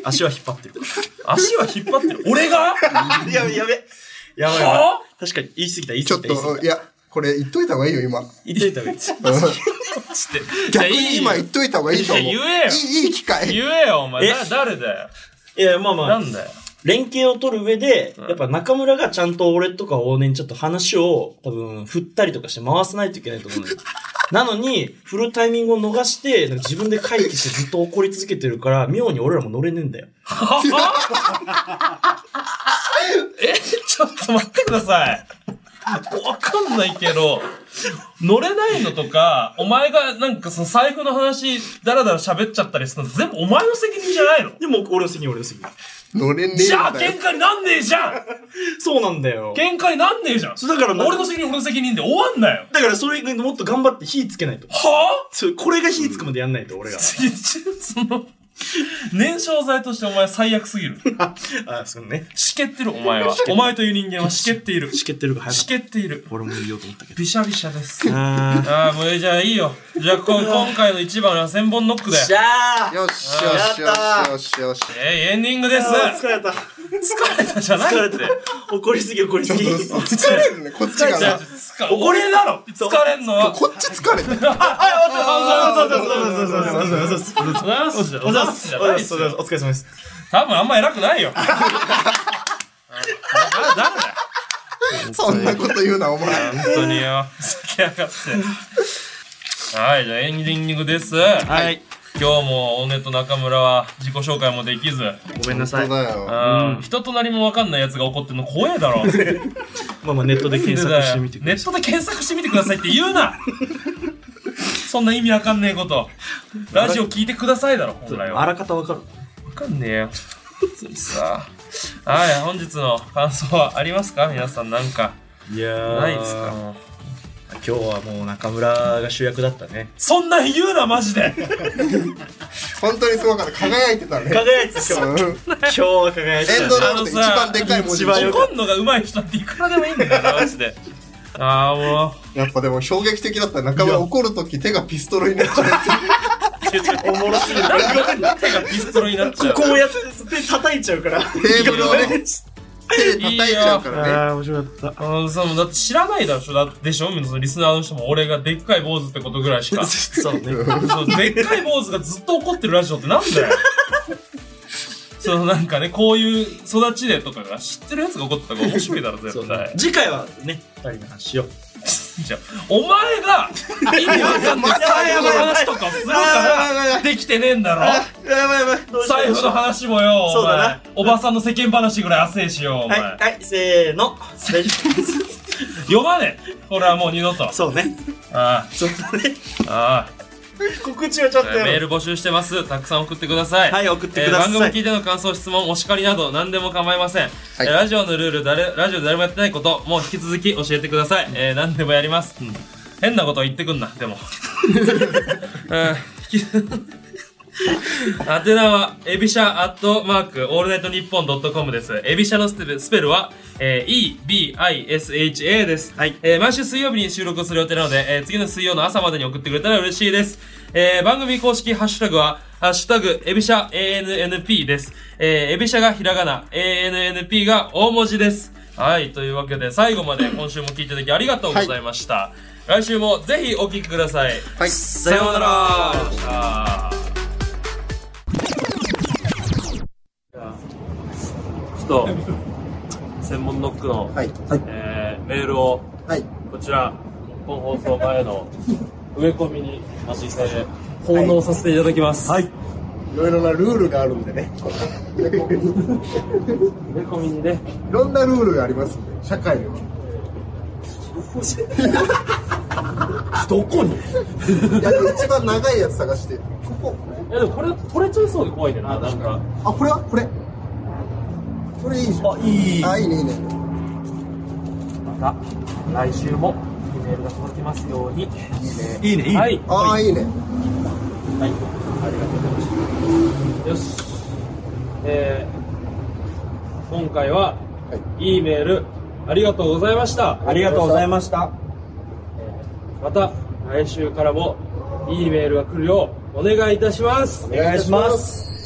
Speaker 4: 足は引っ張ってる。
Speaker 2: 足は引っ張ってる。俺が
Speaker 4: あ やべ、やべ。やばいやばい。確かに、言い過ぎた、言い
Speaker 3: ち
Speaker 4: 過
Speaker 3: ょっ
Speaker 4: ぎた。言い過
Speaker 3: と、い
Speaker 4: ぎた
Speaker 3: や、これ言っといた方がいいよ、今。
Speaker 4: 言ってた方がいい
Speaker 2: つって。
Speaker 3: 逆に今
Speaker 2: い
Speaker 3: 言っといた方がいいと思う。
Speaker 2: いや言えよ
Speaker 3: いい、いい機
Speaker 2: や
Speaker 3: 会。
Speaker 2: 言えよ、お前。
Speaker 4: え
Speaker 2: だ誰だよ。
Speaker 4: いや、まあま
Speaker 2: な
Speaker 4: あ、
Speaker 2: んだよ。
Speaker 4: 連携を取る上で、やっぱ中村がち ゃんと俺とか往年ちょっと話を、多分、振ったりとかして回さないといけないと思うのよなのに、振るタイミングを逃して、なんか自分で回帰してずっと怒り続けてるから、妙に俺らも乗れねえんだよ。
Speaker 2: え、ちょっと待ってください。わかんないけど、乗れないのとか、お前がなんかその財布の話、だらだら喋っちゃったりするの、全部お前の責任じゃないの
Speaker 4: でも、俺の責任、俺の責任。
Speaker 3: 乗れねえんだよ。
Speaker 2: じゃあ喧嘩になんねえじゃん
Speaker 4: そうなんだよ。
Speaker 2: 喧嘩になんねえじゃん
Speaker 4: そうだからな
Speaker 2: 俺の責任、俺の責任で終わんなよ
Speaker 4: だからそれにもっと頑張って火つけないと。
Speaker 2: は ぁ、
Speaker 4: そうこれが火つくまでやんないと、俺が。
Speaker 2: その、燃焼剤としてお前最悪すぎる。
Speaker 4: あ、そうね。
Speaker 2: しけってる、お前は。お前という人間はしけっている。
Speaker 4: しけってるが早
Speaker 2: し
Speaker 4: かっ
Speaker 2: けっている。
Speaker 4: た。俺も言おうと思ったけど。
Speaker 2: びしゃびしゃです。
Speaker 4: あ
Speaker 2: ああ、もうじゃあいいよ。じゃあ こ今回の一番は千本ノックだよ。
Speaker 4: ゃあ
Speaker 3: よしよしよしよしよし。
Speaker 2: えいエンディングです。
Speaker 4: 疲れた。
Speaker 2: 疲れたじゃない
Speaker 4: 疲れて。怒りすぎ、怒りすぎ。
Speaker 3: 疲れるね、こっちが
Speaker 2: じゃあ
Speaker 3: な。
Speaker 2: 疲れ俺だろ疲れんのは。
Speaker 3: こっち疲れてる。
Speaker 4: あ、そうそうそうそうそうそうそうそうそう。
Speaker 2: おざいますじゃ
Speaker 4: お
Speaker 2: ざいますじゃない
Speaker 4: 疲
Speaker 2: っすよ
Speaker 4: れ様です。
Speaker 2: 多分あんま偉くないよ。あ誰だよ
Speaker 3: そんなこと言うな、お前。
Speaker 2: 本当によ。酒上がって。はい、じゃあエンディングです。
Speaker 4: はい。
Speaker 2: 今日も大根と中村は自己紹介もできず、
Speaker 4: ごめんなさ
Speaker 3: 本
Speaker 4: い。
Speaker 3: 当
Speaker 4: ま
Speaker 3: だよ。
Speaker 2: うん、人となりもわかんないやつが怒ってんの怖えだろ。
Speaker 4: あまあネットで検索してみてく
Speaker 2: ネ
Speaker 4: だ
Speaker 2: ットで検索してみてくださいって言う なそんな意味わかんねえことラジオ聞いてくださいだろ本
Speaker 4: さい。
Speaker 2: 来
Speaker 4: あ
Speaker 2: はわ
Speaker 4: らかたわかる。
Speaker 2: かんねえよついさはい本日の感想はありますか皆さんなんか
Speaker 4: いやー
Speaker 2: ないですかもう
Speaker 4: 今日はもう中村が主役だったね。
Speaker 2: そんなん言うなマジで
Speaker 3: 本当にすごかった。輝いてたね。
Speaker 4: 輝いてた
Speaker 3: う
Speaker 4: 今
Speaker 3: ん
Speaker 4: 日。今日は輝いて
Speaker 3: エ
Speaker 4: た
Speaker 3: ン
Speaker 4: ね
Speaker 3: ド。ロールで一番でかい文字
Speaker 4: 一番よ
Speaker 2: 怒んのが上手い人っていくらでもいいんだからマジでああもう
Speaker 3: やっぱでも衝撃的だった中村怒るとき手がピストルになっちゃう
Speaker 4: おもろすぎる。
Speaker 2: 手がピストルになっちゃう
Speaker 4: こうやって手叩いちゃうから。
Speaker 3: テーブルをね手で叩いちゃうからね
Speaker 4: あ、面白かっ
Speaker 2: あのさもうだって知らないだろだでしょそのリスナーの人も俺がでっかい坊主ってことぐらいしか
Speaker 4: た。そうね。
Speaker 2: そうでっかい坊主がずっと怒ってるラジオってなんだよ。そのなんかね、こういう育ちでとかが知ってるやつが怒ってたから面白いだろ、
Speaker 4: そ
Speaker 2: 絶
Speaker 4: うね
Speaker 2: 対。
Speaker 4: 次回はね、二人の話しよう。
Speaker 2: じゃあお前が意味わかんない財布の話とかをするからできてねえんだろ。
Speaker 4: やばいやばい。
Speaker 2: 財布の話もよ、
Speaker 4: そ
Speaker 2: お
Speaker 4: うだな
Speaker 2: 前。おばさんの世間話ぐらい汗えしよう、お前。
Speaker 4: はい、はい、せーの。
Speaker 2: 読まねえ。これはもう二度と。
Speaker 4: そうね。
Speaker 2: あ
Speaker 4: そうだね。
Speaker 2: あ、あ
Speaker 4: 告知はちょっ
Speaker 2: あ。
Speaker 4: と
Speaker 2: メ
Speaker 4: や
Speaker 2: ー
Speaker 4: ろう
Speaker 2: ル募集してます。たくさん送ってください。
Speaker 4: はい、送って
Speaker 2: えー
Speaker 4: くだ
Speaker 2: 番組
Speaker 4: さ
Speaker 2: 聞
Speaker 4: い。
Speaker 2: いての感想質問お叱りなど何でも構いません、
Speaker 3: い
Speaker 2: えーラジオのルール誰ラジオで誰もやってないことも引き続き教えてください、えー何でもやります、変なこと言ってくんな でもうん引き宛名は、エビシャアットマーク、オールナイトニッポンドットコムです。エビシャのスペルスペルは、えー EBISHA です。
Speaker 4: はい
Speaker 2: えー毎週水曜日に収録をする予定なので、えー次の水曜の朝までに送ってくれたら嬉しいです。えー番組公式ハッシュタグは、ハッシュタグ、エビシャ ANNP です。えーエビシャがひらがな、ANNP が大文字です。はい、というわけで、最後まで今週も聞いていただきありがとうございました。来週もぜひお聞きください。
Speaker 3: はい
Speaker 2: さようならちょっと専門ノックの、
Speaker 3: はい
Speaker 2: えーメールを
Speaker 3: はい
Speaker 2: こちら本放送前の植え込みにマジで奉納させていただきます、はい、
Speaker 3: いろいろなルールがあるん でね
Speaker 2: 植え込みにね
Speaker 3: いろんなルールがありますんで社会には
Speaker 4: どこに
Speaker 3: いやでも一番長いやつ探してここ
Speaker 2: いやでもこれ取れちゃいそうで怖いねんななんか
Speaker 3: あこれはこれこれいいじゃん
Speaker 2: あいい
Speaker 3: あいいねいいね
Speaker 2: また来週もメールが届きますようにいいね
Speaker 4: いいね、いいね。
Speaker 2: はい
Speaker 3: ああいいね
Speaker 2: はい。ありがとうございました。よし。えー、今回は、い、いメール、ありがとうございました。
Speaker 4: ありがとうございました。
Speaker 2: また、来週からも、いいメールが来るよう、お願いいたします。
Speaker 4: お願いします。